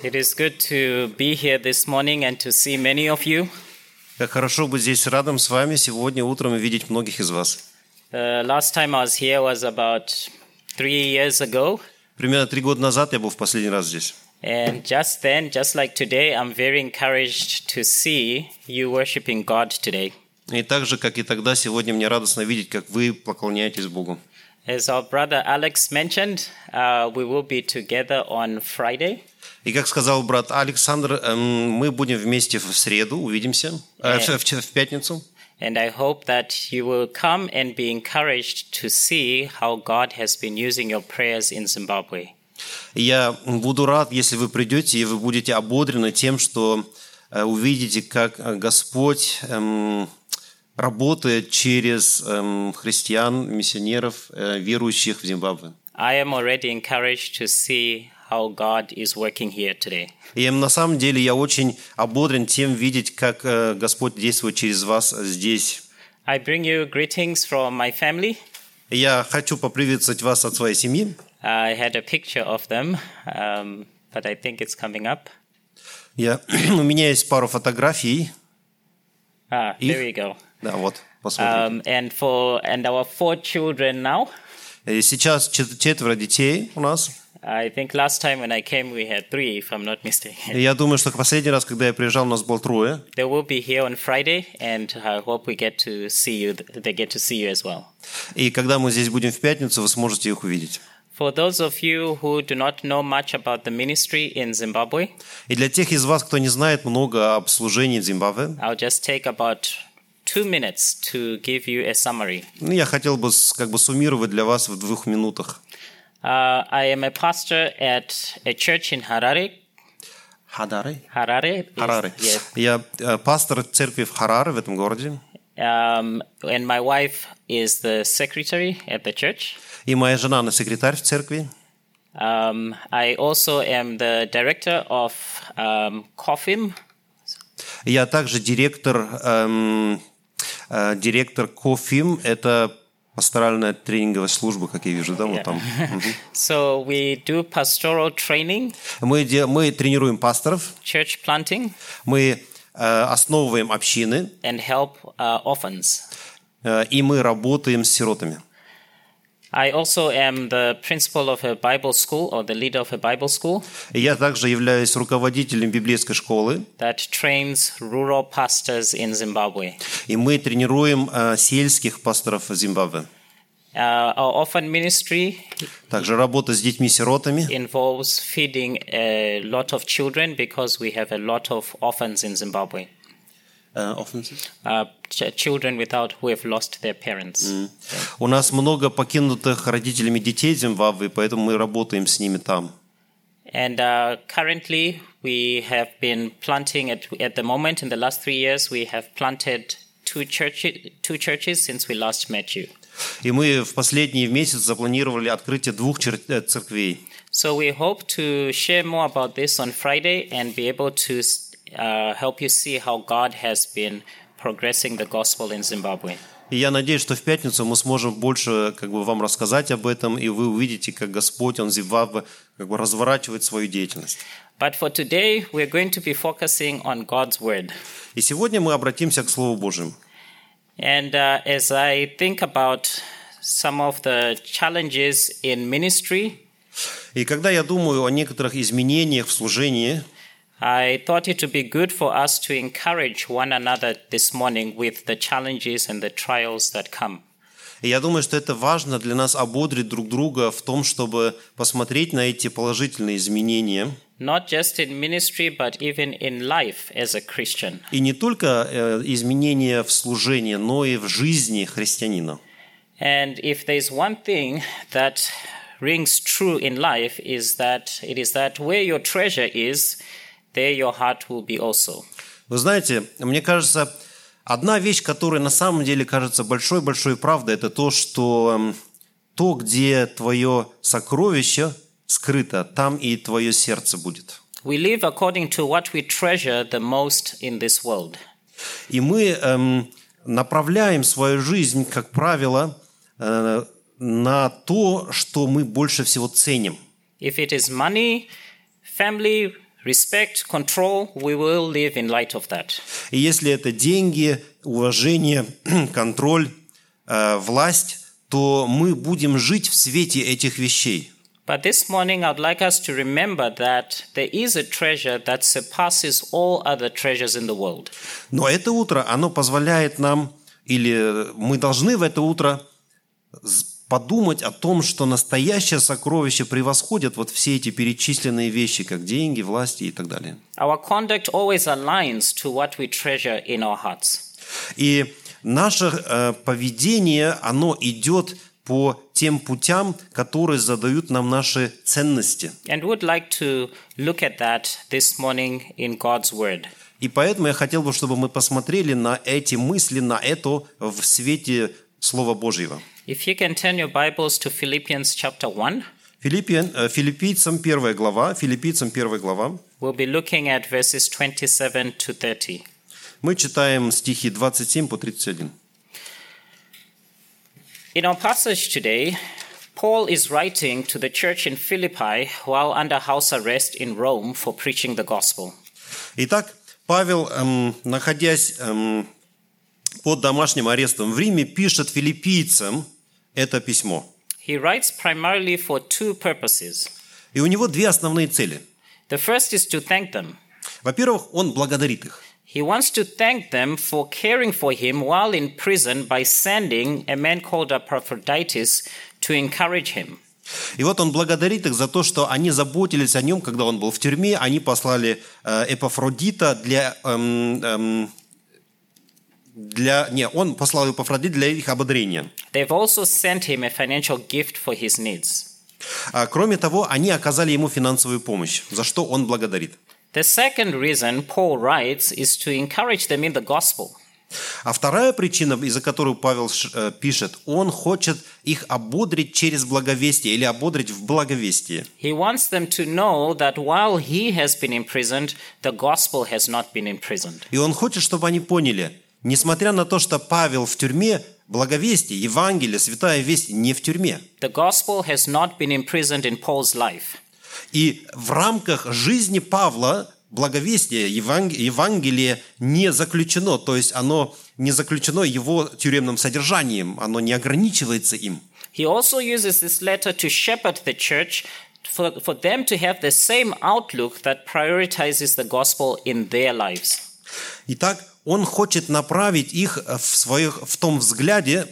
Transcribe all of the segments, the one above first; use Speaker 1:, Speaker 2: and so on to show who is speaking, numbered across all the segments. Speaker 1: It is good to be here this morning and to see many of you.
Speaker 2: Как хорошо быть здесь рядом с вами сегодня утром и видеть многих из вас.
Speaker 1: The last time I was here was about three years ago.
Speaker 2: Примерно три года назад я был в последний раз здесь.
Speaker 1: And just then, just like today, I'm very encouraged to see you worshiping God today.
Speaker 2: И так же, как и тогда, сегодня мне радостно видеть, как вы поклоняетесь Богу.
Speaker 1: As our brother Alex mentioned, uh, we will be together on Friday.
Speaker 2: И как сказал брат Александр, эм, мы будем вместе в среду, увидимся, э, в, в- в пятницу.
Speaker 1: And I hope that you will come and be encouraged to see how God has been using your prayers in Zimbabwe.
Speaker 2: И Я буду рад, если вы придете, и вы будете ободрены тем, что э, увидите, как э, Господь эм, работает через эм, христиан, миссионеров, э, верующих в Зимбабве.
Speaker 1: I am already encouraged to see how God is working here today.
Speaker 2: И на самом деле я очень ободрен тем видеть, как э, Господь действует через вас здесь.
Speaker 1: I bring you greetings from my family.
Speaker 2: И Я хочу поприветствовать вас от своей семьи.
Speaker 1: I had a picture of them, um, but I think it's coming up.
Speaker 2: Я, у меня есть пару фотографий.
Speaker 1: Ah,
Speaker 2: If-
Speaker 1: there we go.
Speaker 2: Да, вот,
Speaker 1: Um,
Speaker 2: посмотрим.
Speaker 1: and for and our four children now.
Speaker 2: Э, Сейчас чет- четверо детей у нас.
Speaker 1: I think last time when I came, we had three, if I'm not mistaken.
Speaker 2: И Я думаю, что последний раз, когда я приезжал, у нас было трое.
Speaker 1: They will be here on Friday, and uh, I hope we get to see you. They get to see you as well.
Speaker 2: И когда мы здесь будем в пятницу, вы сможете их увидеть.
Speaker 1: For those of you who do not know much about the ministry in Zimbabwe,
Speaker 2: И для тех из вас, кто не знает много об служении в Зимбабве,
Speaker 1: I'll just take about two minutes to give you a summary.
Speaker 2: ну, я хотел бы с- как бы суммировать для вас в двух минутах.
Speaker 1: Uh, I am a pastor at a church in Harare.
Speaker 2: Хадаре?
Speaker 1: Harare. is-
Speaker 2: Харары.
Speaker 1: Yes.
Speaker 2: Я э, пастор церкви в Хараре, в этом городе.
Speaker 1: Um, and my wife is the secretary at the church.
Speaker 2: И моя жена, она секретарь в церкви.
Speaker 1: Um, I also am the director of um, COFIM.
Speaker 2: Я также директор, эм, э, директор КОФИМ. Это пасторальная тренинговая служба, как я вижу, да, вот там.
Speaker 1: So we do pastoral training,
Speaker 2: Мы, де- мы тренируем пасторов,
Speaker 1: church planting,
Speaker 2: мы э, основываем общины,
Speaker 1: and help uh, orphans.
Speaker 2: э, и мы работаем с сиротами.
Speaker 1: I also am the principal of a Bible school or the leader of a Bible school.
Speaker 2: И Я также являюсь руководителем библейской школы,
Speaker 1: that trains rural pastors in Zimbabwe.
Speaker 2: и мы тренируем э, сельских пасторов Зимбабве.
Speaker 1: Uh, our orphan ministry
Speaker 2: Также работа с детьми-сиротами.
Speaker 1: involves feeding a lot of children because we have a lot of orphans in Zimbabwe.
Speaker 2: Э, orphanages.
Speaker 1: Uh, ch- children without who have lost their parents.
Speaker 2: У нас много покинутых родителями детей в Зимбабве, поэтому мы работаем с ними там.
Speaker 1: And uh, currently, we have been planting at, at the moment in the last three years. We have planted two churches, two churches since we last met you.
Speaker 2: И мы в последний месяц запланировали открытие двух чер- э, церквей.
Speaker 1: So we hope to share more about this on Friday and be able to uh, help you see how God has been progressing the gospel in Zimbabwe.
Speaker 2: И я надеюсь, что в пятницу мы сможем больше как бы, вам рассказать об этом, и вы увидите, как Господь, Он в Зимбабве как бы, разворачивает свою деятельность.
Speaker 1: But for today, we're going to be focusing on God's word.
Speaker 2: И сегодня мы обратимся к Слову Божьему.
Speaker 1: And uh, as I think about some of the challenges in ministry,
Speaker 2: И когда я думаю о некоторых изменениях в служении,
Speaker 1: I thought it would be good for us to encourage one another this morning with the challenges and the trials that come.
Speaker 2: И я думаю, что это важно для нас ободрить друг друга в том, чтобы посмотреть на эти положительные изменения.
Speaker 1: Not just in ministry, but even in life as a Christian.
Speaker 2: И не только э, изменения в служении, но и в жизни христианина.
Speaker 1: And if there's one thing that rings true in life is that it is that where your treasure is, there your heart will be also.
Speaker 2: Вы знаете, мне кажется, одна вещь, которая на самом деле кажется большой-большой правдой, это то, что эм, то, где твое сокровище скрыто, там и твое сердце будет.
Speaker 1: We live according to what we treasure the most in this world.
Speaker 2: И мы эм, направляем свою жизнь, как правило, э, на то, что мы больше всего ценим.
Speaker 1: If it is money, family, respect, control, we will live in light of that.
Speaker 2: И если это деньги, уважение, контроль, э, власть, то мы будем жить в свете этих вещей.
Speaker 1: But this morning, I'd like us to remember that there is a treasure that surpasses all other treasures in the world.
Speaker 2: Но это утро, оно позволяет нам, или мы должны в это утро з- подумать о том, что настоящее сокровище превосходит вот все эти перечисленные вещи, как деньги, власти и так далее.
Speaker 1: Our conduct always aligns to what we treasure in our hearts.
Speaker 2: И наше э, поведение, оно идет по тем путям, которые задают нам наши ценности.
Speaker 1: And would like to look at that this morning in God's Word.
Speaker 2: И поэтому я хотел бы, чтобы мы посмотрели на эти мысли, на это в свете Слова Божьего.
Speaker 1: If you can turn your Bibles to Philippians chapter 1,
Speaker 2: Филиппиан, э, Филиппийцам первая глава, Филиппийцам первая глава.
Speaker 1: we'll be looking at verses 27 to 30.
Speaker 2: Мы читаем стихи 27 по 31.
Speaker 1: In our passage today, Paul is writing to the church in Philippi while under house arrest in Rome for preaching the gospel.
Speaker 2: Итак, Павел, эм, находясь эм, под домашним арестом в Риме, пишет филиппийцам это письмо.
Speaker 1: He writes primarily for two purposes.
Speaker 2: И у него две основные цели.
Speaker 1: The first is to thank them.
Speaker 2: Во-первых, он благодарит их.
Speaker 1: He wants to thank them for caring for him while in prison by sending a man called Epaphroditus to encourage him.
Speaker 2: И вот он благодарит их за то, что они заботились о нем, когда он был в тюрьме. Они послали э, Эпафродита для... эм, эм, для, не, он послал Эпафродита для их ободрения.
Speaker 1: They've also sent him a financial gift for his needs.
Speaker 2: А кроме того, они оказали ему финансовую помощь, за что он благодарит.
Speaker 1: The second reason Paul writes is to encourage them in the gospel.
Speaker 2: А вторая причина, из-за которой Павел ш- э, пишет, он хочет их ободрить через благовестие или ободрить в благовестии.
Speaker 1: He wants them to know that while he has been imprisoned, the gospel has not been imprisoned.
Speaker 2: И он хочет, чтобы они поняли, несмотря на то, что Павел в тюрьме, благовестие, Евангелие, святая весть не в тюрьме.
Speaker 1: The gospel has not been imprisoned in Paul's life.
Speaker 2: И в рамках жизни Павла благовестие, Еванг- Евангелие не заключено, то есть оно не заключено его тюремным содержанием, оно не ограничивается им.
Speaker 1: He also uses this letter to shepherd the church for, for them to have the same outlook that prioritizes the gospel in their lives.
Speaker 2: Итак, он хочет направить их э, в, своих, в том взгляде,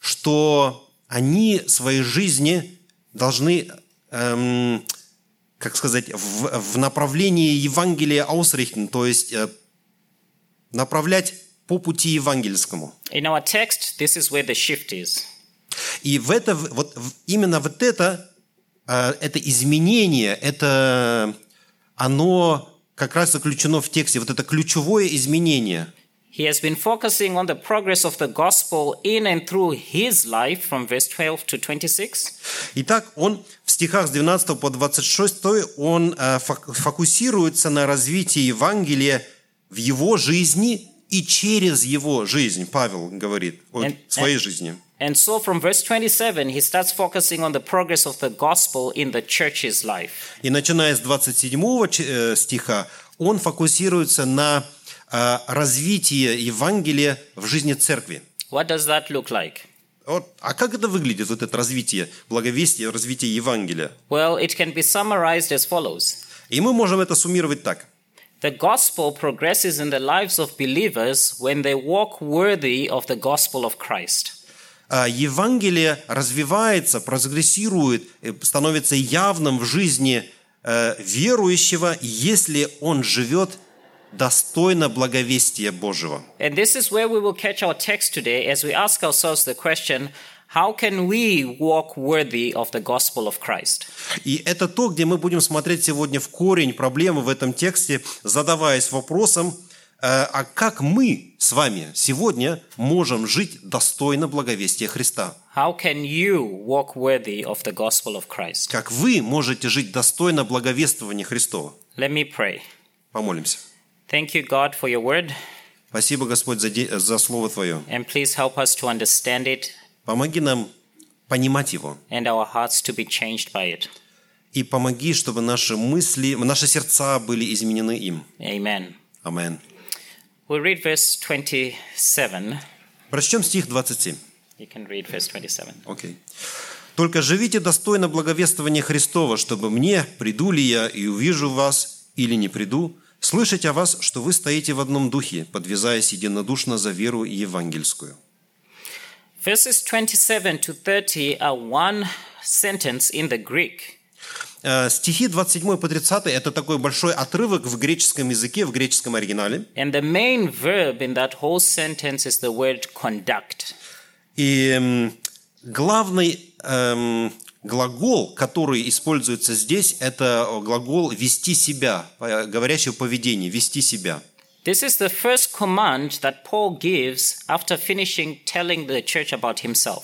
Speaker 2: что они своей жизни должны, эм, как сказать, в, в направлении Евангелия ausrichten, то есть э, направлять по пути евангельскому.
Speaker 1: In our text, this is where the shift is.
Speaker 2: И в это, в- вот в- именно вот это, э, это изменение, это оно как раз заключено в тексте, вот это ключевое изменение –
Speaker 1: He has been focusing on the progress of the gospel in and through his life from verse 12 to 26.
Speaker 2: Итак, он в стихах с 12 по 26 он э, фок- фокусируется на развитии Евангелия в его жизни и через его жизнь, Павел говорит, о
Speaker 1: And-
Speaker 2: своей
Speaker 1: and-
Speaker 2: жизни.
Speaker 1: And so from verse 27, he starts focusing on the progress of the gospel in the church's life.
Speaker 2: И начиная с 27 ч- э, стиха, он фокусируется на э, развитии Евангелия в жизни церкви.
Speaker 1: What does that look like?
Speaker 2: Вот, а как это выглядит, вот это развитие благовестия, развитие Евангелия?
Speaker 1: Well, it can be summarized as follows
Speaker 2: И мы можем это суммировать так.
Speaker 1: The gospel progresses in the lives of believers when they walk worthy of the gospel of Christ.
Speaker 2: А, Евангелие развивается, прогрессирует, э, становится явным в жизни э, верующего, если он живет достойно благовестия Божьего.
Speaker 1: And this is where we will catch our text today as we ask ourselves the question how can we walk worthy of the gospel of Christ?
Speaker 2: И это то, где мы будем смотреть сегодня в корень проблемы в этом тексте, задаваясь вопросом, э, а как мы с вами сегодня можем жить достойно благовестия Христа?
Speaker 1: How can you walk worthy of the gospel of Christ?
Speaker 2: Как вы можете жить достойно благовествования Христова?
Speaker 1: Let me pray.
Speaker 2: Помолимся.
Speaker 1: Thank you, God, for your word,
Speaker 2: Спасибо, Господь, за, де- за Слово Твое.
Speaker 1: and please help us to understand it
Speaker 2: Помоги нам понимать его
Speaker 1: and our hearts to be changed by it.
Speaker 2: И помоги, чтобы наши мысли, наши сердца были изменены им.
Speaker 1: Amen.
Speaker 2: Амен.
Speaker 1: We read verse 27.
Speaker 2: Прочтем стих 27.
Speaker 1: You can read verse 27.
Speaker 2: Окей. Только живите достойно благовествования Христова, чтобы мне, приду ли я и увижу вас, или не приду, слышать о вас, что вы стоите в одном духе, подвязаясь единодушно за веру евангельскую.
Speaker 1: Verses 27 to 30 are one sentence in the Greek.
Speaker 2: Э, Стихи 27 по 30 – это такой большой отрывок в греческом языке, в греческом оригинале.
Speaker 1: And the main verb in that whole sentence is the word conduct.
Speaker 2: И эм, главный эм, глагол, который используется здесь, это глагол «вести себя», э, говорящий о поведении, «вести себя».
Speaker 1: This is the first command that Paul gives after finishing telling the church about himself.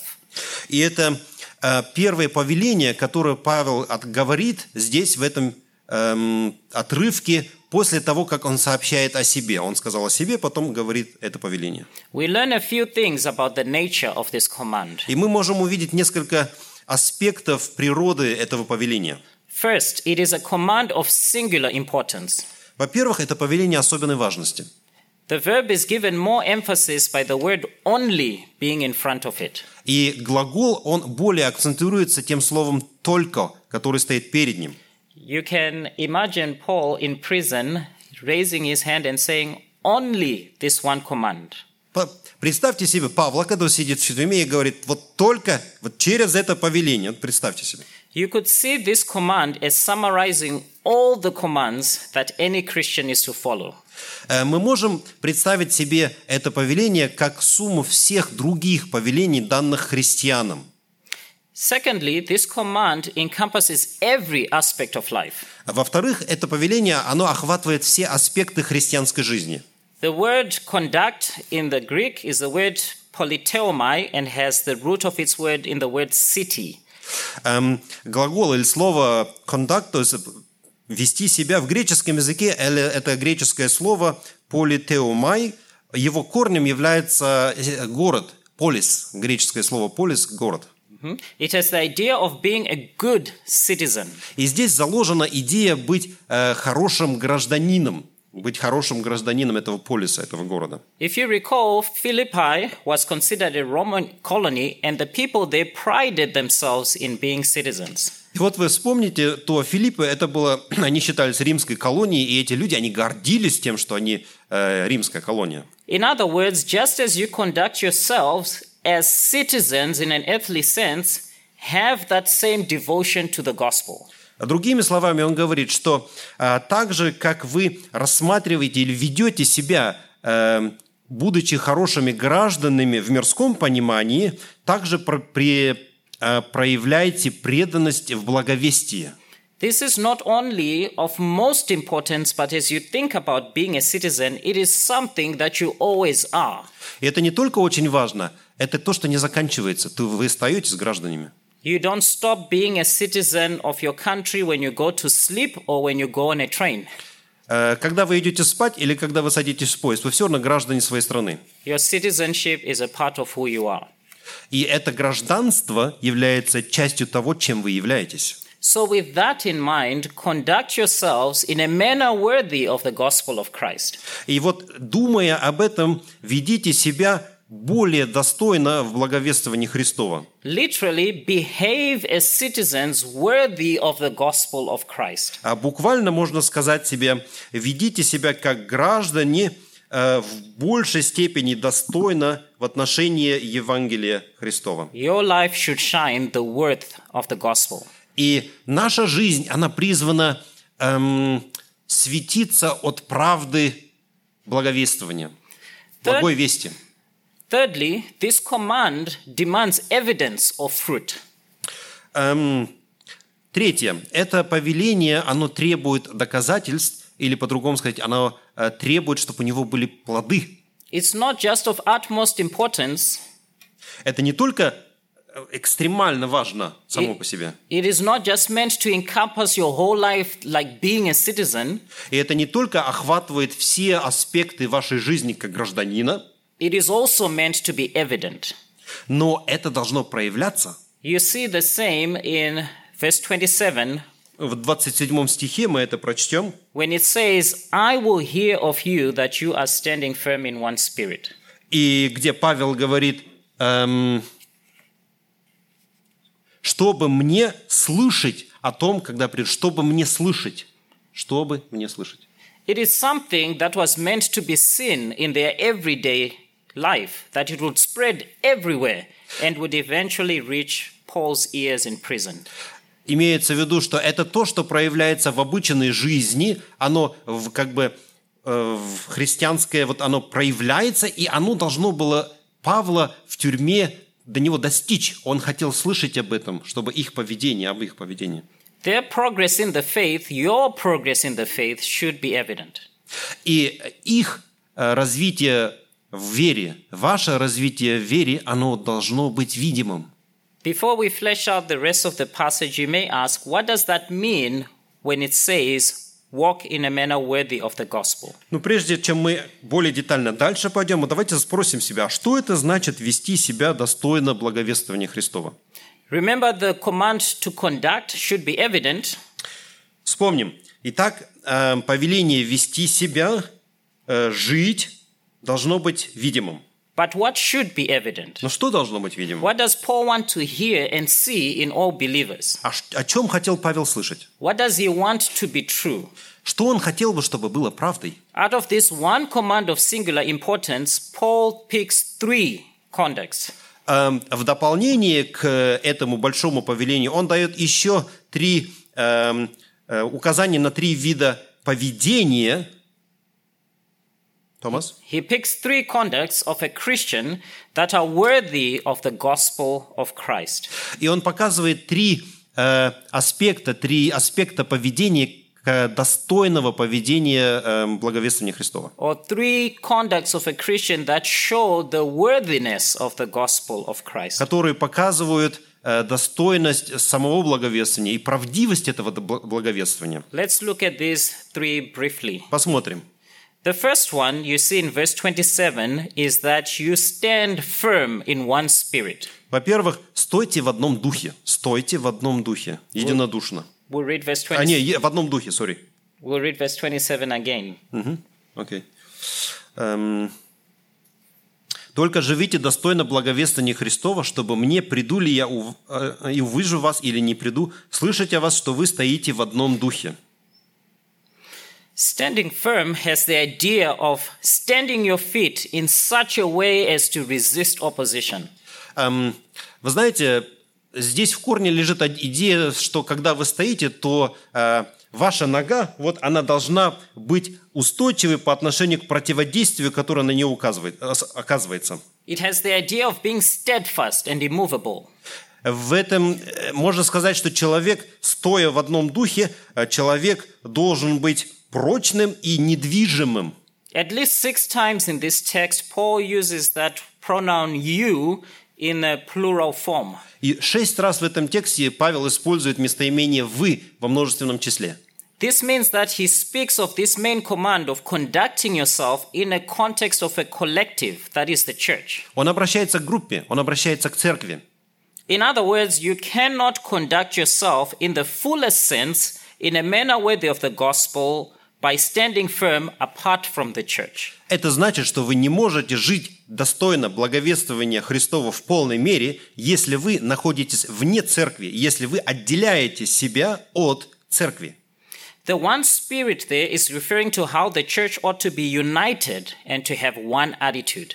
Speaker 2: И это э, первое повеление, которое Павел отговорит здесь, в этом эм, отрывке, после того, как он сообщает о себе. Он сказал о себе, потом говорит это повеление.
Speaker 1: We learn a few things about the nature of this command.
Speaker 2: И мы можем увидеть несколько аспектов природы этого повеления.
Speaker 1: First, it is a command of singular importance.
Speaker 2: Во-первых, это повеление особенной важности.
Speaker 1: The verb is given more emphasis by the word only being in front of it.
Speaker 2: И глагол, он более акцентируется тем словом «только», который стоит перед ним.
Speaker 1: You can imagine Paul in prison raising his hand and saying, Only this one command.
Speaker 2: П- Представьте себе Павла, который сидит в тюрьме и говорит, вот только вот через это повеление, Вот представьте себе.
Speaker 1: You could see this command as summarizing all the commands that any Christian is to follow.
Speaker 2: Э, Мы можем представить себе это повеление как сумму всех других повелений, данных христианам.
Speaker 1: Secondly, this command encompasses every aspect of life.
Speaker 2: А Во-вторых, это повеление, оно охватывает все аспекты христианской жизни.
Speaker 1: The word conduct in the Greek is the word politeomai and has the root of its word in the word city.
Speaker 2: Эм, глагол или слово «conduct», то есть «вести себя» в греческом языке, эле- это греческое слово «политеумай», его корнем является э, город, полис, греческое слово «полис» – город.
Speaker 1: Hmm? It has the idea of being a good citizen.
Speaker 2: И здесь заложена идея быть э, хорошим гражданином, быть хорошим гражданином этого полиса, этого города.
Speaker 1: If you recall, Philippi was considered a Roman colony, and the people there prided themselves in being citizens.
Speaker 2: И вот вы вспомните, то Филиппы, это было, они считались римской колонией, и эти люди, они гордились тем, что они э, римская колония.
Speaker 1: In other words, just as you conduct yourselves as citizens in an earthly sense, have that same devotion to the gospel.
Speaker 2: А Другими словами, он говорит, что а, так же, как вы рассматриваете или ведете себя, э, будучи хорошими гражданами в мирском понимании, также про- при- э, проявляете преданность в благовестии.
Speaker 1: This is not only of most importance, but as you think about being a citizen, it is something that you always are.
Speaker 2: И это не только очень важно, это то, что не заканчивается. Ты- Вы остаетесь гражданами.
Speaker 1: You don't stop being a citizen of your country when you go to sleep or when you go on a train.
Speaker 2: Э, Когда вы идете спать или когда вы садитесь в поезд, вы все равно граждане своей страны.
Speaker 1: Your citizenship is a part of who you are.
Speaker 2: И это гражданство является частью того, чем вы являетесь.
Speaker 1: So, with that in mind, conduct yourselves in a manner worthy of the gospel of Christ.
Speaker 2: И вот, думая об этом, ведите себя более достойно в благовествовании Христова.
Speaker 1: Literally, behave as citizens worthy of the gospel of Christ.
Speaker 2: А буквально можно сказать себе, ведите себя как граждане э, в большей степени достойно в отношении Евангелия Христова.
Speaker 1: Your life should shine the worth of the gospel.
Speaker 2: И наша жизнь, она призвана эм, светиться от правды благовествования, благой вести.
Speaker 1: Thirdly, this command demands evidence of fruit.
Speaker 2: Эм, третье. Это повеление, оно требует доказательств, или по-другому сказать, оно э, требует, чтобы у него были плоды.
Speaker 1: It's not just of utmost importance,
Speaker 2: Это не только э, экстремально важно само
Speaker 1: И-
Speaker 2: по себе.
Speaker 1: It is not just meant to encompass your whole life like being a citizen,
Speaker 2: И это не только охватывает все аспекты вашей жизни как гражданина,
Speaker 1: it is also meant to be evident.
Speaker 2: но это должно проявляться.
Speaker 1: You see the same in verse 27
Speaker 2: В 27 стихе мы это прочтем.
Speaker 1: when it says, I will hear of you that you are standing firm in one spirit.
Speaker 2: И где Павел говорит, эм, чтобы мне слышать о том, когда придет, чтобы мне слышать, чтобы мне слышать.
Speaker 1: It is something that was meant to be seen in their everyday life, that it would spread everywhere and would eventually reach Paul's ears in prison.
Speaker 2: Имеется в виду, что это то, что проявляется в обычной жизни, оно в, как бы э, в христианское, вот оно проявляется, и оно должно было Павла в тюрьме до него достичь. Он хотел слышать об этом, чтобы их поведение, об их поведении.
Speaker 1: Their progress in the faith, your progress in the faith, should be evident.
Speaker 2: И их э, развитие в вере, ваше развитие в вере, оно должно быть видимым.
Speaker 1: Before we flesh out the rest of the passage, you may ask, what does that mean when it says, walk in a manner worthy of the gospel?
Speaker 2: Но прежде чем мы более детально дальше пойдем, мы давайте спросим себя, а что это значит вести себя достойно благовествования Христова?
Speaker 1: Remember, the command to conduct should be evident,
Speaker 2: Вспомним. Итак, э, повеление вести себя, э, жить должно быть видимым.
Speaker 1: but what should be evident?
Speaker 2: Но что должно быть видимым?
Speaker 1: What does Paul want to hear and see in all believers?
Speaker 2: А ш- о чем хотел Павел слышать?
Speaker 1: What does he want to be true?
Speaker 2: Что он хотел бы, чтобы было правдой?
Speaker 1: Out of this one command of singular importance, Paul picks three conducts.
Speaker 2: Эм, В дополнение к э, этому большому повелению он дает еще три эм, э, указания на три вида поведения. Томас?
Speaker 1: He picks three conducts of a Christian that are worthy of the gospel of Christ.
Speaker 2: И он показывает три э, аспекта, три аспекта поведения э, достойного поведения эм, благовествования Христова.
Speaker 1: Or three conducts of a Christian that show the worthiness of the gospel of Christ.
Speaker 2: которые показывают э, достойность самого благовествования и правдивость этого бл- благовествования.
Speaker 1: Let's look at these three briefly.
Speaker 2: Посмотрим.
Speaker 1: The first one you see in verse 27 is that you stand firm in one spirit.
Speaker 2: Во-первых, стойте в одном духе. Стойте в одном духе. Единодушно.
Speaker 1: We'll read verse
Speaker 2: А,
Speaker 1: 20.
Speaker 2: не, е- в одном духе, сори.
Speaker 1: We'll read verse 27 again.
Speaker 2: Окей. Эм, Только живите достойно благовествования Христова, чтобы мне, приду ли я ув- э, и увижу вас или не приду, слышать о вас, что вы стоите в одном духе.
Speaker 1: Standing firm has the idea of standing your feet in such a way as to resist opposition.
Speaker 2: Эм, Вы знаете, здесь в корне лежит од- идея, что когда вы стоите, то э, ваша нога, вот она должна быть устойчивой по отношению к противодействию, которое на нее указывает, э, с- оказывается.
Speaker 1: It has the idea of being steadfast and immovable.
Speaker 2: В этом э, можно сказать, что человек, стоя в одном духе, э, человек должен быть прочным и недвижимым.
Speaker 1: At least six times in this text, Paul uses that pronoun you in a plural form.
Speaker 2: И шесть раз в этом тексте Павел использует местоимение «вы» во множественном числе.
Speaker 1: This means that he speaks of this main command of conducting yourself in a context of a collective, that is the church.
Speaker 2: Он обращается к группе, он обращается к церкви.
Speaker 1: In other words, you cannot conduct yourself in the fullest sense in a manner worthy of the gospel by standing firm apart from the church.
Speaker 2: Это значит, что вы не можете жить достойно благовествования Христова в полной мере, если вы находитесь вне церкви, если вы отделяете себя от церкви.
Speaker 1: The one spirit there is referring to how the church ought to be united and to have one attitude.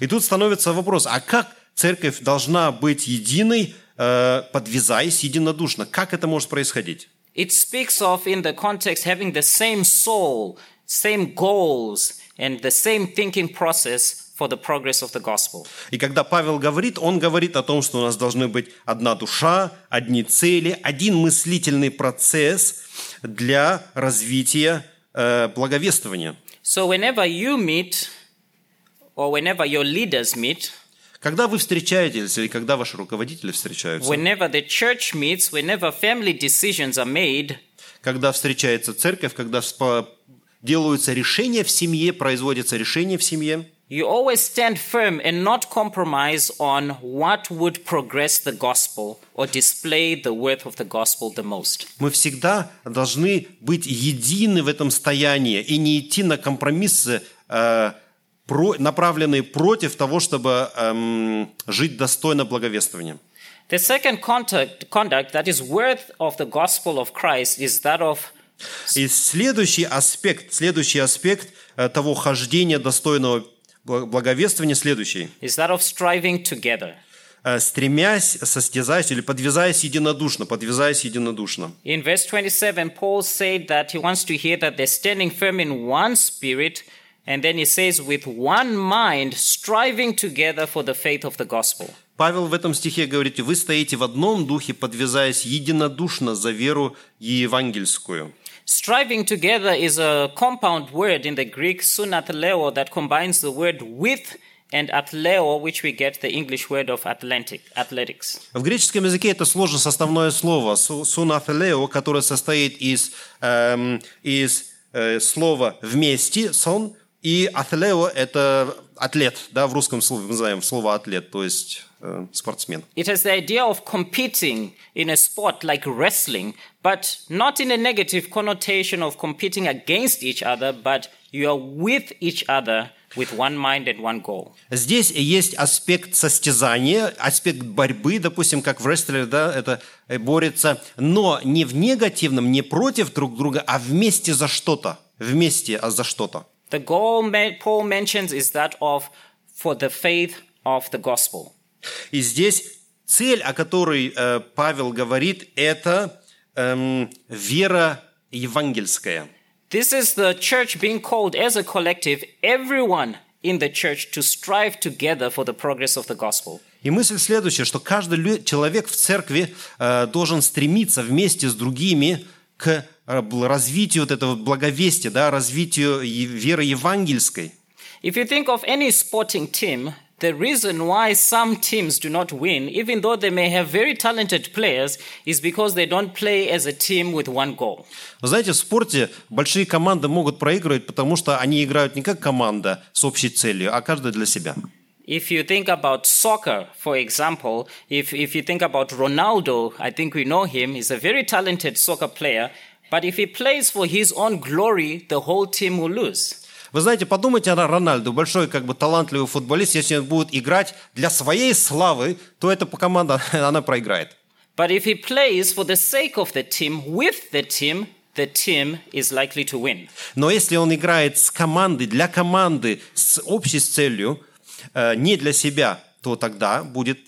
Speaker 2: И тут становится вопрос, а как церковь должна быть единой, э, подвязаясь единодушно? Как это может происходить?
Speaker 1: It speaks of, in the context, having the same soul, same goals, and the same thinking process for the progress of the gospel.
Speaker 2: И когда Павел говорит, он говорит о том, что у нас должны быть одна душа, одни цели, один мыслительный процесс для развития э, благовествования.
Speaker 1: So, whenever you meet, or whenever your leaders meet,
Speaker 2: Когда вы встречаетесь или когда ваши руководители встречаются,
Speaker 1: whenever the church meets, whenever family decisions are made,
Speaker 2: когда встречается церковь, когда вспо- делаются решения в семье, производятся решения в семье,
Speaker 1: You always stand firm and not compromise on what would progress the gospel or display the worth of the gospel the most.
Speaker 2: Мы всегда должны быть едины в этом стоянии и не идти на компромиссы, э, про- направленные против того, чтобы эм, жить достойно благовествования.
Speaker 1: The second contact, conduct that is worth of the gospel of Christ is that of
Speaker 2: И следующий аспект, следующий аспект э, того хождения достойного бла- благовествования следующий.
Speaker 1: is that of striving together.
Speaker 2: Э, Стремясь, состязаясь или подвязаясь единодушно, подвязаясь единодушно.
Speaker 1: In verse 27, Paul said that he wants to hear that they're standing firm in one spirit, and then he says, with one mind, striving together for the faith of the gospel.
Speaker 2: Павел в этом стихе говорит, вы стоите в одном духе, подвязаясь единодушно за веру евангельскую.
Speaker 1: Striving together is a compound word in the Greek sunathleo that combines the word with and athleo, which we get the English word of Atlantic, athletics.
Speaker 2: В греческом языке это сложно составное слово су- «сунафелео», которое состоит из, эм, из э, слова «вместе», «сон», и «атлео» – это атлет, да, в русском слове мы знаем слово «атлет», то есть э, спортсмен.
Speaker 1: It has the idea of competing in a sport like wrestling, but not in a negative connotation of competing against each other, but you are with each other with one mind and one goal.
Speaker 2: Здесь есть аспект состязания, аспект борьбы, допустим, как в рестлере, да, это э, борется, но не в негативном, не против друг друга, а вместе за что-то, вместе а за что-то.
Speaker 1: The goal ma- Paul mentions is that of for the faith of the gospel.
Speaker 2: И здесь цель, о которой э, Павел говорит, это эм, вера евангельская.
Speaker 1: This is the church being called as a collective, everyone in the church to strive together for the progress of the gospel.
Speaker 2: И мысль следующая, что каждый лю- человек в церкви э, должен стремиться вместе с другими к э, бл- развитию вот этого благовестия, да, развитию е- веры евангельской.
Speaker 1: If you think of any sporting team, the reason why some teams do not win, even though they may have very talented players, is because they don't play as a team with one goal.
Speaker 2: Вы знаете, в спорте большие команды могут проигрывать, потому что они играют не как команда с общей целью, а каждая для себя.
Speaker 1: If you think about soccer, for example, if, if you think about Ronaldo, I think we know him, he's a very talented soccer player, but if he plays for his own glory, the whole team will lose.
Speaker 2: Вы знаете, подумайте о Рональду, большой как бы талантливый футболист, если он будет играть для своей славы, то эта команда, она проиграет.
Speaker 1: But if he plays for the sake of the team, with the team, the team is likely to win.
Speaker 2: Но если он играет с командой, для команды, с общей целью, э, не для себя, то тогда будет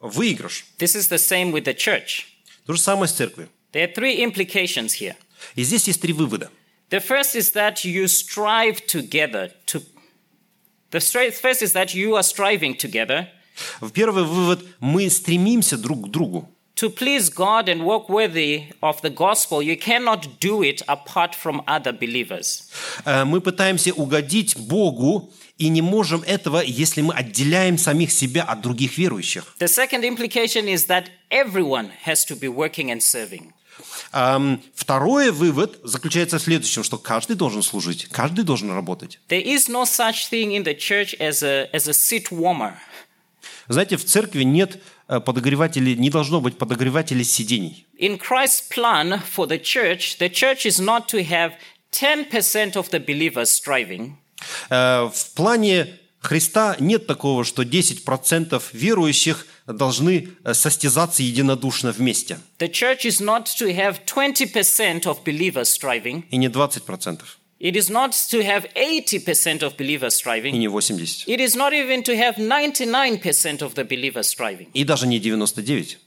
Speaker 2: выигрыш.
Speaker 1: This is the same with the church.
Speaker 2: То же самое с церковью.
Speaker 1: There are three implications here.
Speaker 2: И здесь есть три вывода.
Speaker 1: The first is that you strive together to the stra- first is that you are striving together
Speaker 2: Первый вывод – мы стремимся друг к другу.
Speaker 1: to please God and walk worthy of the gospel. You cannot do it apart from other believers.
Speaker 2: Э, Мы пытаемся угодить Богу, и не можем этого, если мы отделяем самих себя от других верующих.
Speaker 1: The second implication is that everyone has to be working and serving.
Speaker 2: Ам, Второй вывод заключается в следующем, что каждый должен служить, каждый должен работать.
Speaker 1: There is no such thing in the church as a, as a seat warmer.
Speaker 2: Знаете, в церкви нет э, подогревателей, не должно быть подогревателей сидений.
Speaker 1: In Christ's plan for the church, the church is not to have 10% of the believers striving,
Speaker 2: Э, В плане Христа нет такого, что 10% верующих должны э, состязаться единодушно вместе,
Speaker 1: the church is not to have 20% of believers striving,
Speaker 2: и не 20%,
Speaker 1: it is not to have 80% of believers
Speaker 2: и
Speaker 1: striving,
Speaker 2: не 80%,
Speaker 1: it is not even to have 99% of the believers striving.
Speaker 2: и даже не 99,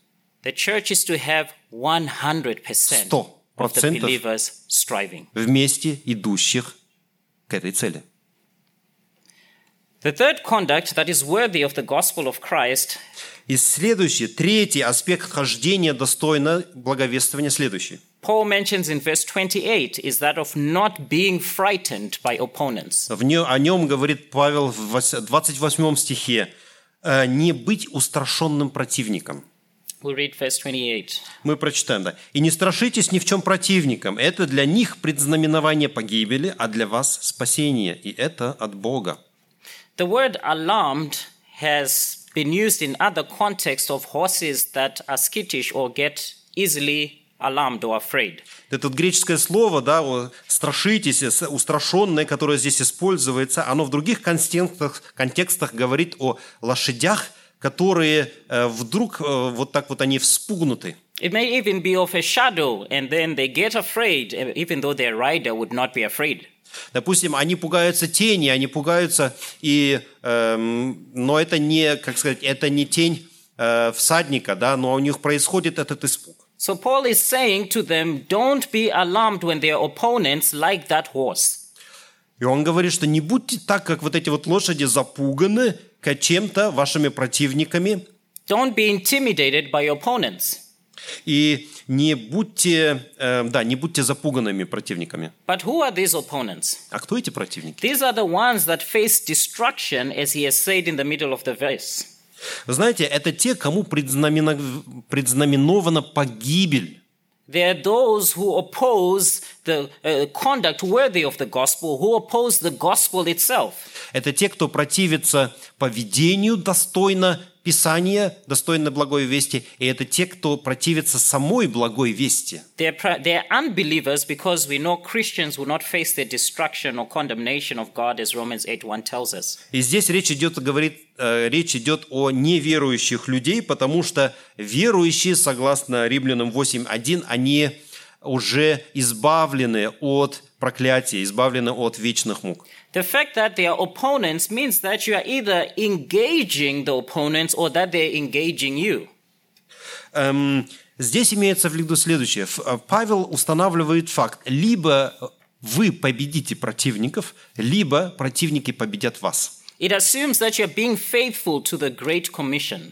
Speaker 1: The church is to have 100% of the
Speaker 2: 100%
Speaker 1: believers striving.
Speaker 2: вместе идущих к этой цели.
Speaker 1: The third conduct that is worthy of the gospel of Christ
Speaker 2: И следующий, третий аспект хождения достойно благовествования следующий.
Speaker 1: Paul mentions in verse 28 is that of not being frightened by opponents.
Speaker 2: В нё- о нем говорит Павел в вос- 28 стихе. э, «Не быть устрашенным противником».
Speaker 1: We'll read verse 28.
Speaker 2: Мы прочитаем, да. «И не страшитесь ни в чем противником. Это для них предзнаменование погибели, а для вас спасение. И это от Бога».
Speaker 1: The word alarmed has been used in other contexts of horses that are skittish or get easily alarmed or afraid.
Speaker 2: Это вот греческое слово, да, о, страшитесь, э, с- устрашенное, которое здесь используется, оно в других контекстах, контекстах говорит о лошадях, которые э, вдруг э, вот так вот они вспугнуты.
Speaker 1: It may even be of a shadow, and then they get afraid, eh, even though their rider would not be afraid.
Speaker 2: Допустим, они пугаются тени, они пугаются, и, эм, но это не, как сказать, это не тень э, всадника, да, но у них происходит этот испуг.
Speaker 1: So Paul is saying to them, don't be alarmed when their opponents like that horse.
Speaker 2: И он говорит, что не будьте так, как вот эти вот лошади запуганы ка- чем-то вашими противниками,
Speaker 1: Don't be intimidated by your opponents.
Speaker 2: и не будьте, э, да, не будьте запуганными противниками.
Speaker 1: But who are these opponents?
Speaker 2: А кто эти противники?
Speaker 1: These are the ones that face destruction, as he has said in the middle of the verse.
Speaker 2: Вы знаете, это те, кому предзнамена- предзнаменована погибель.
Speaker 1: They are those who oppose the uh, conduct worthy of the gospel, who oppose the gospel itself.
Speaker 2: Это те, кто противится поведению достойно Писания, достойно благой вести, и это те, кто противится самой благой вести.
Speaker 1: They're, pra- they're unbelievers because we know Christians will not face the destruction or condemnation of God, as Romans 8 1 tells us.
Speaker 2: И здесь речь идет, говорит, э, речь идет о неверующих людей, потому что верующие, согласно Римлянам 8.1, они уже избавлены от проклятия, избавлены от вечных мук.
Speaker 1: The fact that they are opponents means that you are either engaging the opponents or that they're engaging you.
Speaker 2: Эм, здесь имеется в виду следующее. Ф- э, Павел устанавливает факт. Либо э, вы победите противников, либо противники победят вас.
Speaker 1: It assumes that you're being faithful to the Great Commission.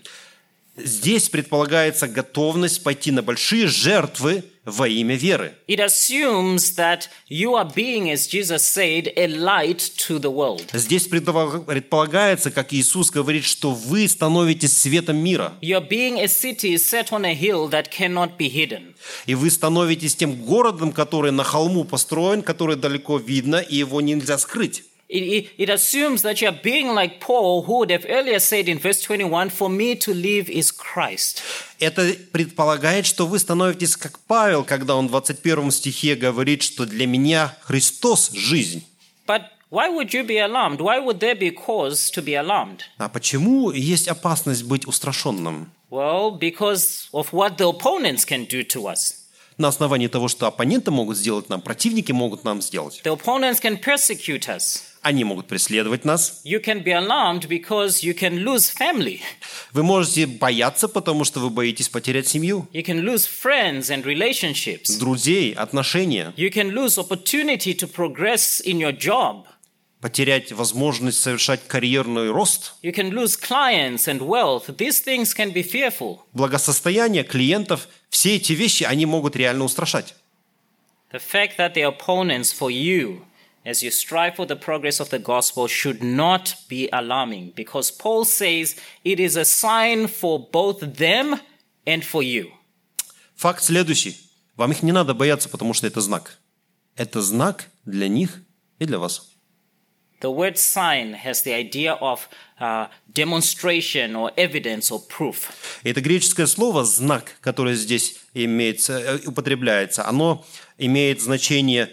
Speaker 2: Здесь предполагается готовность пойти на большие жертвы во имя веры.
Speaker 1: It assumes that you are being, as Jesus said, a light to the world.
Speaker 2: Здесь предполаг- предполагается, как Иисус говорит, что вы становитесь светом мира,
Speaker 1: You're being a city set on a hill that cannot be hidden.
Speaker 2: и вы становитесь тем городом, который на холму построен, который далеко видно, и его нельзя скрыть.
Speaker 1: It, it, it assumes that you're being like Paul, who would have earlier said in verse 21 For me to live is Christ.
Speaker 2: Это предполагает, что вы становитесь как Павел, когда он в 21 стихе говорит, что для меня Христос – жизнь.
Speaker 1: But why would you be alarmed? Why would there be cause to be alarmed?
Speaker 2: А почему есть опасность быть устрашенным?
Speaker 1: Well, because of what the opponents can do to us.
Speaker 2: На основании того, что оппоненты могут сделать нам, противники могут нам сделать.
Speaker 1: The opponents can persecute us.
Speaker 2: Они могут преследовать нас,
Speaker 1: You can be alarmed because you can lose family.
Speaker 2: Вы можете бояться, потому что вы боитесь потерять семью,
Speaker 1: You can lose friends and relationships.
Speaker 2: друзей, отношения,
Speaker 1: You can lose opportunity to progress in your job.
Speaker 2: потерять возможность совершать карьерный рост,
Speaker 1: You can lose clients and wealth. These things can be fearful.
Speaker 2: благосостояние клиентов. Все эти вещи, они могут реально устрашать.
Speaker 1: The fact that they are opponents for you as you strive for the progress of the gospel should not be alarming because Paul says it is a sign for both them and for you.
Speaker 2: Факт следующий. Вам их не надо бояться, потому что это знак. Это знак для них и для вас.
Speaker 1: The word sign has the idea of uh, demonstration or evidence or proof.
Speaker 2: И Это греческое слово «знак», которое здесь имеется, э, употребляется, оно имеет значение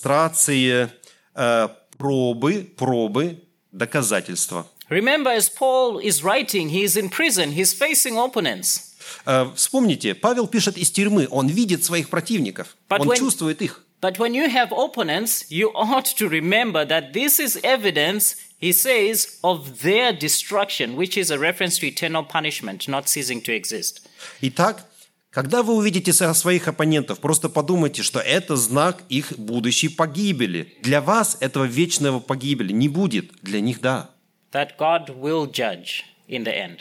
Speaker 2: демонстрации, э, пробы, пробы, доказательства.
Speaker 1: Remember, as Paul is writing, he is in prison, he's facing opponents.
Speaker 2: Э, Вспомните, Павел пишет из тюрьмы, он видит своих противников,
Speaker 1: But
Speaker 2: он
Speaker 1: when-
Speaker 2: чувствует их.
Speaker 1: But when you have opponents, you ought to remember that this is evidence, he says, of their destruction, which is a reference to eternal punishment not ceasing to exist.
Speaker 2: Итак, когда вы увидите со- своих оппонентов, просто подумайте, что это знак их будущей погибели. Для вас этого вечного погибели не будет, для них да.
Speaker 1: That God will judge in the end.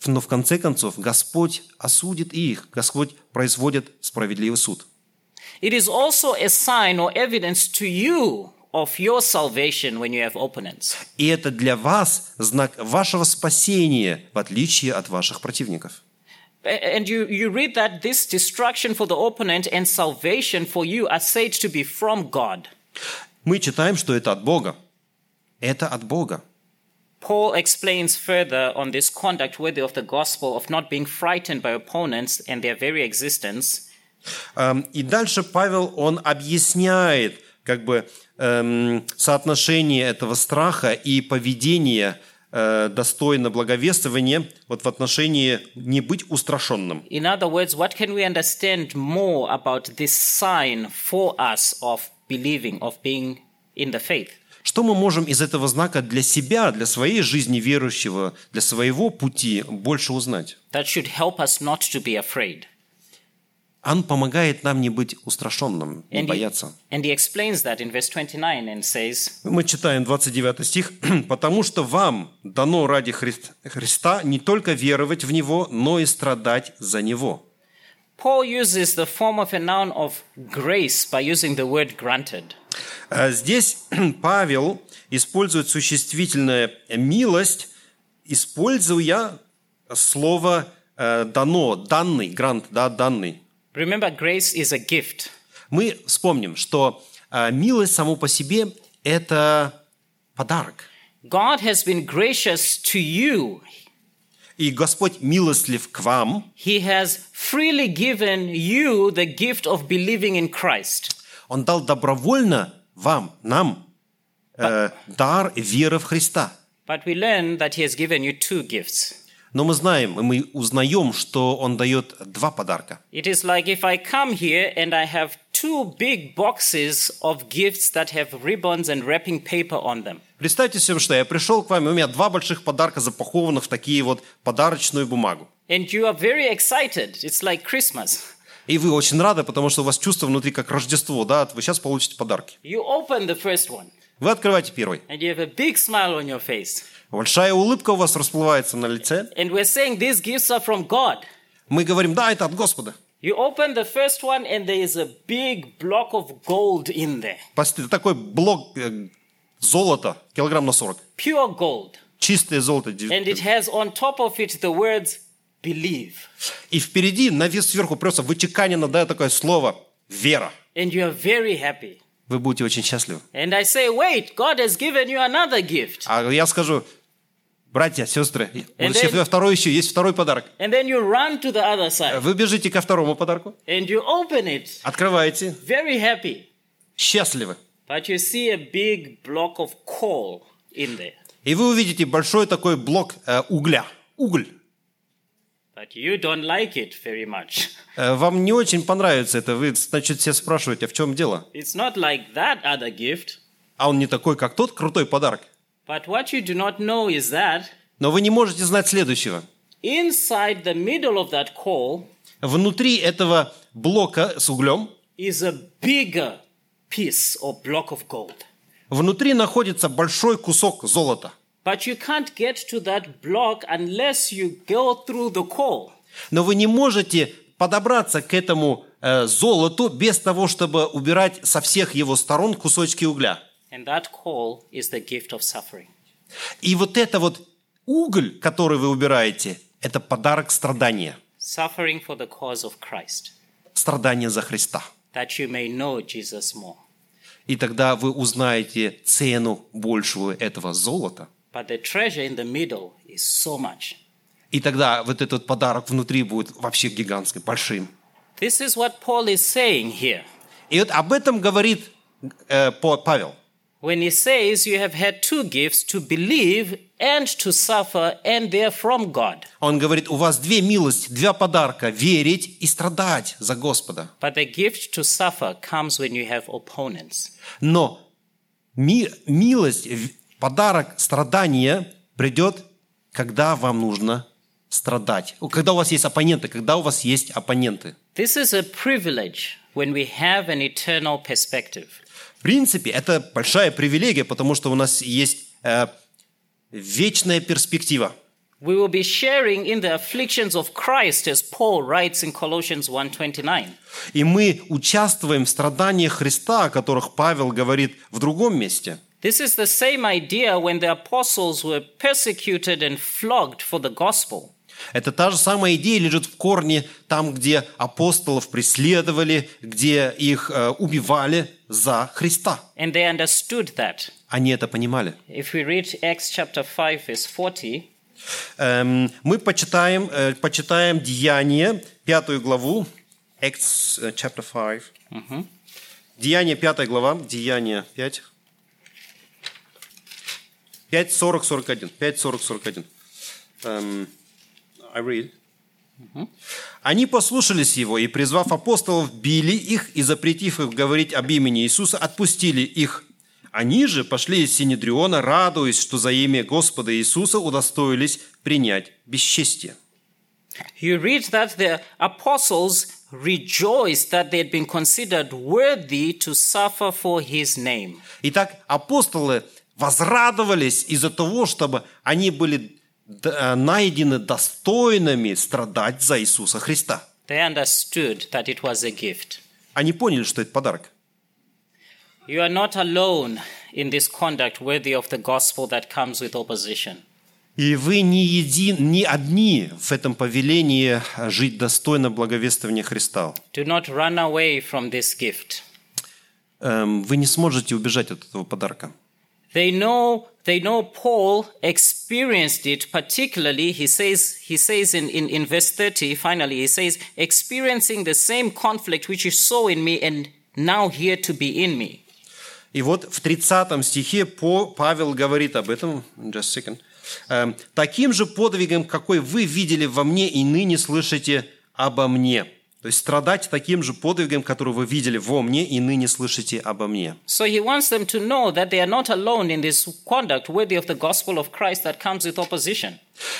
Speaker 2: Ф- Но в конце концов Господь осудит их, Господь производит справедливый суд.
Speaker 1: It is also a sign or evidence to you of your salvation when you have opponents.
Speaker 2: И это для вас знак вашего спасения, в отличие от ваших противников.
Speaker 1: And you, you read that this destruction for the opponent and salvation for you are said to be from God.
Speaker 2: Мы читаем, что это от Бога. Это от Бога.
Speaker 1: Paul explains further on this conduct worthy of the gospel of not being frightened by opponents and their very existence.
Speaker 2: Эм, И дальше Павел, он объясняет как бы эм, соотношение этого страха и поведения э, достойно благовествования вот в отношении не быть устрашенным.
Speaker 1: In other words, what can we understand more about this sign for us of believing, of being in the faith?
Speaker 2: Что мы можем из этого знака для себя, для своей жизни верующего, для своего пути больше узнать?
Speaker 1: That should help us not to be afraid.
Speaker 2: Он помогает нам не быть устрашенным, не
Speaker 1: he,
Speaker 2: бояться.
Speaker 1: and he explains that in verse 29 and says,
Speaker 2: Мы читаем 29 стих. «Потому что вам дано ради Христ- Христа не только веровать в Него, но и страдать за Него».
Speaker 1: Paul uses the form of a noun of grace by using the word granted.
Speaker 2: А Здесь Павел использует существительное «милость», используя слово э, «дано», «данный», «грант», да, «данный».
Speaker 1: Remember, grace is a gift.
Speaker 2: Мы вспомним, что э, милость само по себе – это подарок.
Speaker 1: God has been gracious to you.
Speaker 2: И Господь милостлив к вам –
Speaker 1: He has freely given you the gift of believing in Christ.
Speaker 2: Он дал добровольно вам, нам, э, дар веры в Христа.
Speaker 1: But we learn that He has given you two gifts.
Speaker 2: Но мы знаем, и мы узнаем, что Он дает два подарка.
Speaker 1: It is like if I come here and I have two big boxes of gifts that have ribbons and wrapping paper on them.
Speaker 2: Представьте себе, что я пришел к вам, и у меня два больших подарка запакованы в такие вот подарочную бумагу.
Speaker 1: And you are very excited. It's like Christmas.
Speaker 2: И вы очень рады, потому что у вас чувство внутри как Рождество, да, вы сейчас получите подарки.
Speaker 1: You open the first one
Speaker 2: Вы открываете первый.
Speaker 1: and you have a big smile on your face.
Speaker 2: Большая улыбка у вас расплывается на лице.
Speaker 1: And we're saying these gifts are from God.
Speaker 2: Мы говорим, да, это от Господа.
Speaker 1: You open the first one and there is a big block of gold in there.
Speaker 2: Пос- Такой блок э, золота, килограмм на 40.
Speaker 1: Pure gold.
Speaker 2: Чистое золото. дев-
Speaker 1: And it has on top of it the words believe.
Speaker 2: И впереди, навес сверху, просто вычеканено, да, такое слово «вера».
Speaker 1: And you are very happy.
Speaker 2: Вы будете очень счастливы.
Speaker 1: And I say, wait, God has given you another gift.
Speaker 2: А я скажу, братья, сестры,
Speaker 1: And
Speaker 2: вот еще
Speaker 1: then-
Speaker 2: второй еще, есть второй подарок.
Speaker 1: And then you run to the other side
Speaker 2: Вы бежите ко второму подарку,
Speaker 1: and you open it,
Speaker 2: открываете,
Speaker 1: very happy.
Speaker 2: счастливы.
Speaker 1: But you see a big block of coal in there.
Speaker 2: И вы увидите большой такой блок э, угля, уголь.
Speaker 1: But you don't like it very much.
Speaker 2: Э, Вам не очень понравится это, вы, значит, все спрашиваете, а в чем дело?
Speaker 1: It's not like that other gift.
Speaker 2: А он не такой, как тот крутой подарок.
Speaker 1: But what you do not know is that
Speaker 2: Но вы не можете знать следующего.
Speaker 1: inside the middle of that coal
Speaker 2: Внутри этого блока с углем
Speaker 1: is a bigger piece or block of gold.
Speaker 2: Внутри находится большой кусок золота.
Speaker 1: But you can't get to that block unless you go through the coal.
Speaker 2: Но вы не можете подобраться к этому э, золоту без того, чтобы убирать со всех его сторон кусочки угля.
Speaker 1: And that coal is the gift of suffering.
Speaker 2: И вот это вот уголь, который вы убираете, это подарок страдания.
Speaker 1: Suffering for the cause of Christ,
Speaker 2: Страдание за Христа.
Speaker 1: that you may know Jesus more.
Speaker 2: И тогда вы узнаете цену большую этого золота.
Speaker 1: But the treasure in the middle is so much.
Speaker 2: И тогда вот этот подарок внутри будет вообще гигантским, большим.
Speaker 1: This is what Paul is saying here
Speaker 2: И вот об этом говорит э, По- Павел.
Speaker 1: when he says you have had two gifts to believe and to suffer, and they're from God.
Speaker 2: Он говорит, у вас две милости, два подарка – верить и страдать за Господа.
Speaker 1: But the gift to suffer comes when you have opponents.
Speaker 2: Но ми- милость, в- подарок страдания придет, когда вам нужно страдать. Ну, Когда у вас есть оппоненты, когда у вас есть оппоненты.
Speaker 1: This is a privilege when we have an eternal perspective.
Speaker 2: В принципе, это большая привилегия, потому что у нас есть э, вечная перспектива.
Speaker 1: We will be sharing in the afflictions of Christ as Paul writes in Colossians 1:29.
Speaker 2: И мы участвуем в страданиях Христа, о которых Павел говорит в другом месте.
Speaker 1: This is the same idea when the apostles were persecuted and flogged for the gospel.
Speaker 2: Это та же самая идея лежит в корне там, где апостолов преследовали, где их э, убивали за Христа.
Speaker 1: And they understood that.
Speaker 2: Они это понимали.
Speaker 1: If we read Acts chapter 5, verse 40,
Speaker 2: Эм, мы почитаем, э, почитаем Деяние, пятую главу, Acts э, chapter 5. Деяние, пятая глава, Деяние 5. 5, 40, 41. 5, 40, 41. Эм, I read. Они послушались его и, призвав апостолов, били их и, запретив их говорить об имени Иисуса, отпустили их. Они же пошли из Синедриона, радуясь, что за имя Господа Иисуса удостоились принять бесчестие.
Speaker 1: you read that the apostles rejoiced that they had been considered worthy to suffer for his name.
Speaker 2: Итак, апостолы возрадовались из-за того, чтобы они были д- э, найдены достойными страдать за Иисуса Христа.
Speaker 1: They understood that it was a gift.
Speaker 2: Они поняли, что это подарок.
Speaker 1: You are not alone in this conduct worthy of the gospel that comes with opposition.
Speaker 2: И вы не, един, не одни в этом повелении жить достойно благовествования Христа.
Speaker 1: Do not run away from this gift.
Speaker 2: Эм, Вы не сможете убежать от этого подарка.
Speaker 1: They know they know Paul experienced it particularly he says he says in, in, in verse 30 finally he says experiencing the same conflict which you saw in me and now here to be in me.
Speaker 2: И вот в 30 стихе По- Павел говорит об этом. Just a second. Эм, «Таким же подвигом, какой вы видели во мне и ныне слышите обо мне». То есть страдать таким же подвигом, который вы видели во мне и ныне слышите обо мне.
Speaker 1: So he wants them to know that they are not alone in this conduct worthy of the gospel of Christ that comes with opposition.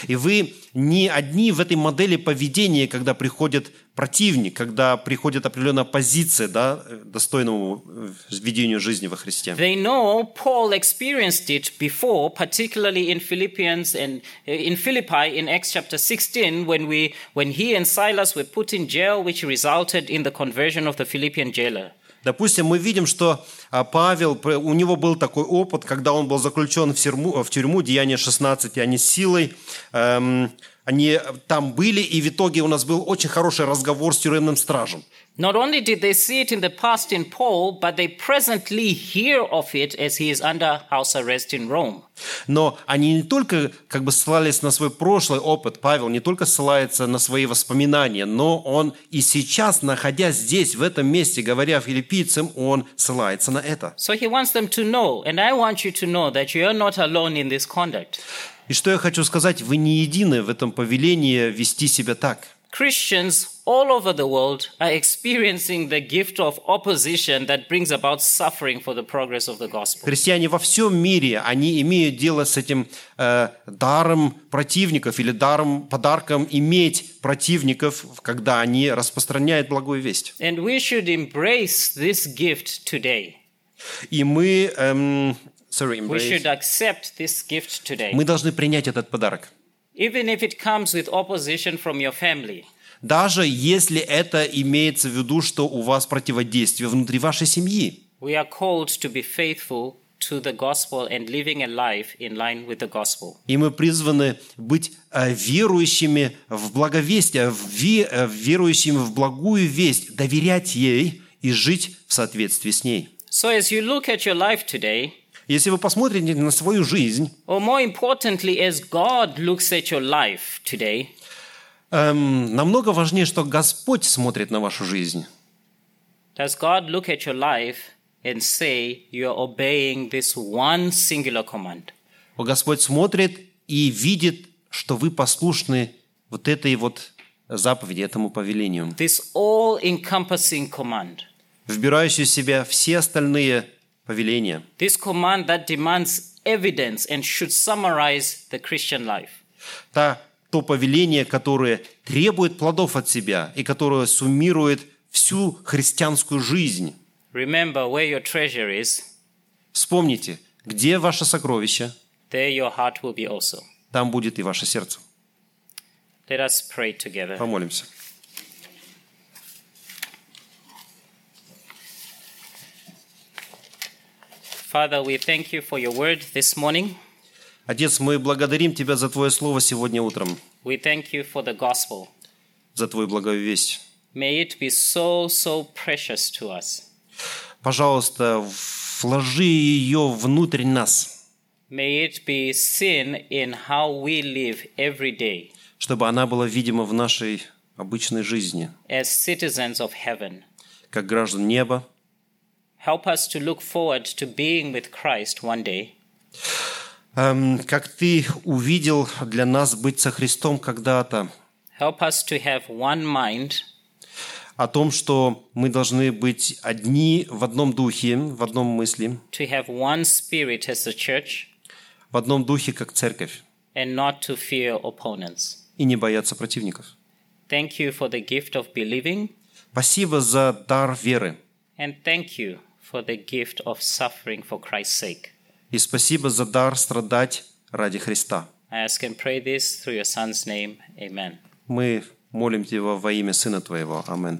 Speaker 2: И вы не одни в этой модели поведения, когда приходит противник, когда приходит определенная позиция да, э, достойному э, ведению жизни во Христе.
Speaker 1: They know Paul experienced it before, particularly in Philippians and uh, in Philippi in Acts chapter 16, when, we, when he and Silas were put in jail, which resulted in the conversion of the Philippian jailer.
Speaker 2: Допустим, мы видим, что а, Павел, п- у него был такой опыт, когда он был заключен в тюрьму, в тюрьму Деяние 16, и они с силой, эм, они там были, и в итоге у нас был очень хороший разговор с тюремным стражем.
Speaker 1: Not only did they see it in the past in Paul, but they presently hear of it as he is under house arrest in Rome.
Speaker 2: Но они не только как бы ссылались на свой прошлый опыт, Павел не только ссылается на свои воспоминания, но он и сейчас, находясь здесь, в этом месте, говоря филиппийцам, он ссылается на это.
Speaker 1: So he wants them to know, and I want you to know that you are not alone in this conduct.
Speaker 2: И что я хочу сказать, вы не едины в этом повелении вести себя так.
Speaker 1: Christians all over the world are experiencing the gift of opposition that brings about suffering for the progress of the gospel.
Speaker 2: Христиане во всем мире, они имеют дело с этим э, даром противников или даром, подарком иметь противников, когда они распространяют благую весть.
Speaker 1: And we should embrace this gift today.
Speaker 2: И мы, эм, sorry,
Speaker 1: We
Speaker 2: embrace.
Speaker 1: should accept this gift today.
Speaker 2: мы должны принять этот подарок.
Speaker 1: Even if it comes with opposition from your family,
Speaker 2: Даже если это имеется в виду, что у вас противодействие внутри вашей семьи.
Speaker 1: we are called to be faithful to the gospel and living a life in line with the gospel.
Speaker 2: И мы призваны быть э, верующими в благовестие, в ве- э, верующими в благую весть, доверять ей и жить в соответствии с ней.
Speaker 1: So, as you look at your life today,
Speaker 2: Если вы посмотрите на свою жизнь,
Speaker 1: or more importantly, as God looks at your life today,
Speaker 2: эм, намного важнее, что Господь смотрит на вашу жизнь.
Speaker 1: Does God look at your life and say you are obeying this one singular command?
Speaker 2: Господь смотрит и видит, что вы послушны вот этой вот заповеди, этому повелению,
Speaker 1: This all encompassing command.
Speaker 2: вбирающей в себя все остальные повеления.
Speaker 1: This command that demands evidence and should summarize the Christian life.
Speaker 2: Та, то повеление, которое требует плодов от себя и которое суммирует всю христианскую жизнь.
Speaker 1: Remember where your treasure is,
Speaker 2: Вспомните, где ваше сокровище,
Speaker 1: there your heart will be also.
Speaker 2: там будет и ваше сердце.
Speaker 1: Let us pray together.
Speaker 2: Помолимся.
Speaker 1: Father, we thank you for your word this morning.
Speaker 2: Отец, мы благодарим Тебя за Твое Слово сегодня утром,
Speaker 1: We thank you for the gospel.
Speaker 2: за Твою благую весть.
Speaker 1: May it be so, so precious to us.
Speaker 2: Пожалуйста, вложи ее внутрь нас,
Speaker 1: May it be seen in how we live every day
Speaker 2: чтобы она была видима в нашей обычной жизни,
Speaker 1: as citizens of heaven.
Speaker 2: как граждан неба.
Speaker 1: Help us to look forward to being with Christ one day,
Speaker 2: Эм, как Ты увидел для нас быть со Христом когда-то,
Speaker 1: help us to have one mind
Speaker 2: о том, что мы должны быть одни в одном духе, в одном мысли,
Speaker 1: to have one spirit as a church
Speaker 2: в одном духе, как церковь,
Speaker 1: and not to fear opponents.
Speaker 2: и не бояться противников.
Speaker 1: Thank you for the gift of believing,
Speaker 2: Спасибо за дар веры.
Speaker 1: and thank you for the gift of suffering for Christ's sake.
Speaker 2: И спасибо за дар страдать ради Христа.
Speaker 1: I ask and pray this through your Son's name. Amen.
Speaker 2: Мы молим Тебя во имя Сына Твоего. Аминь.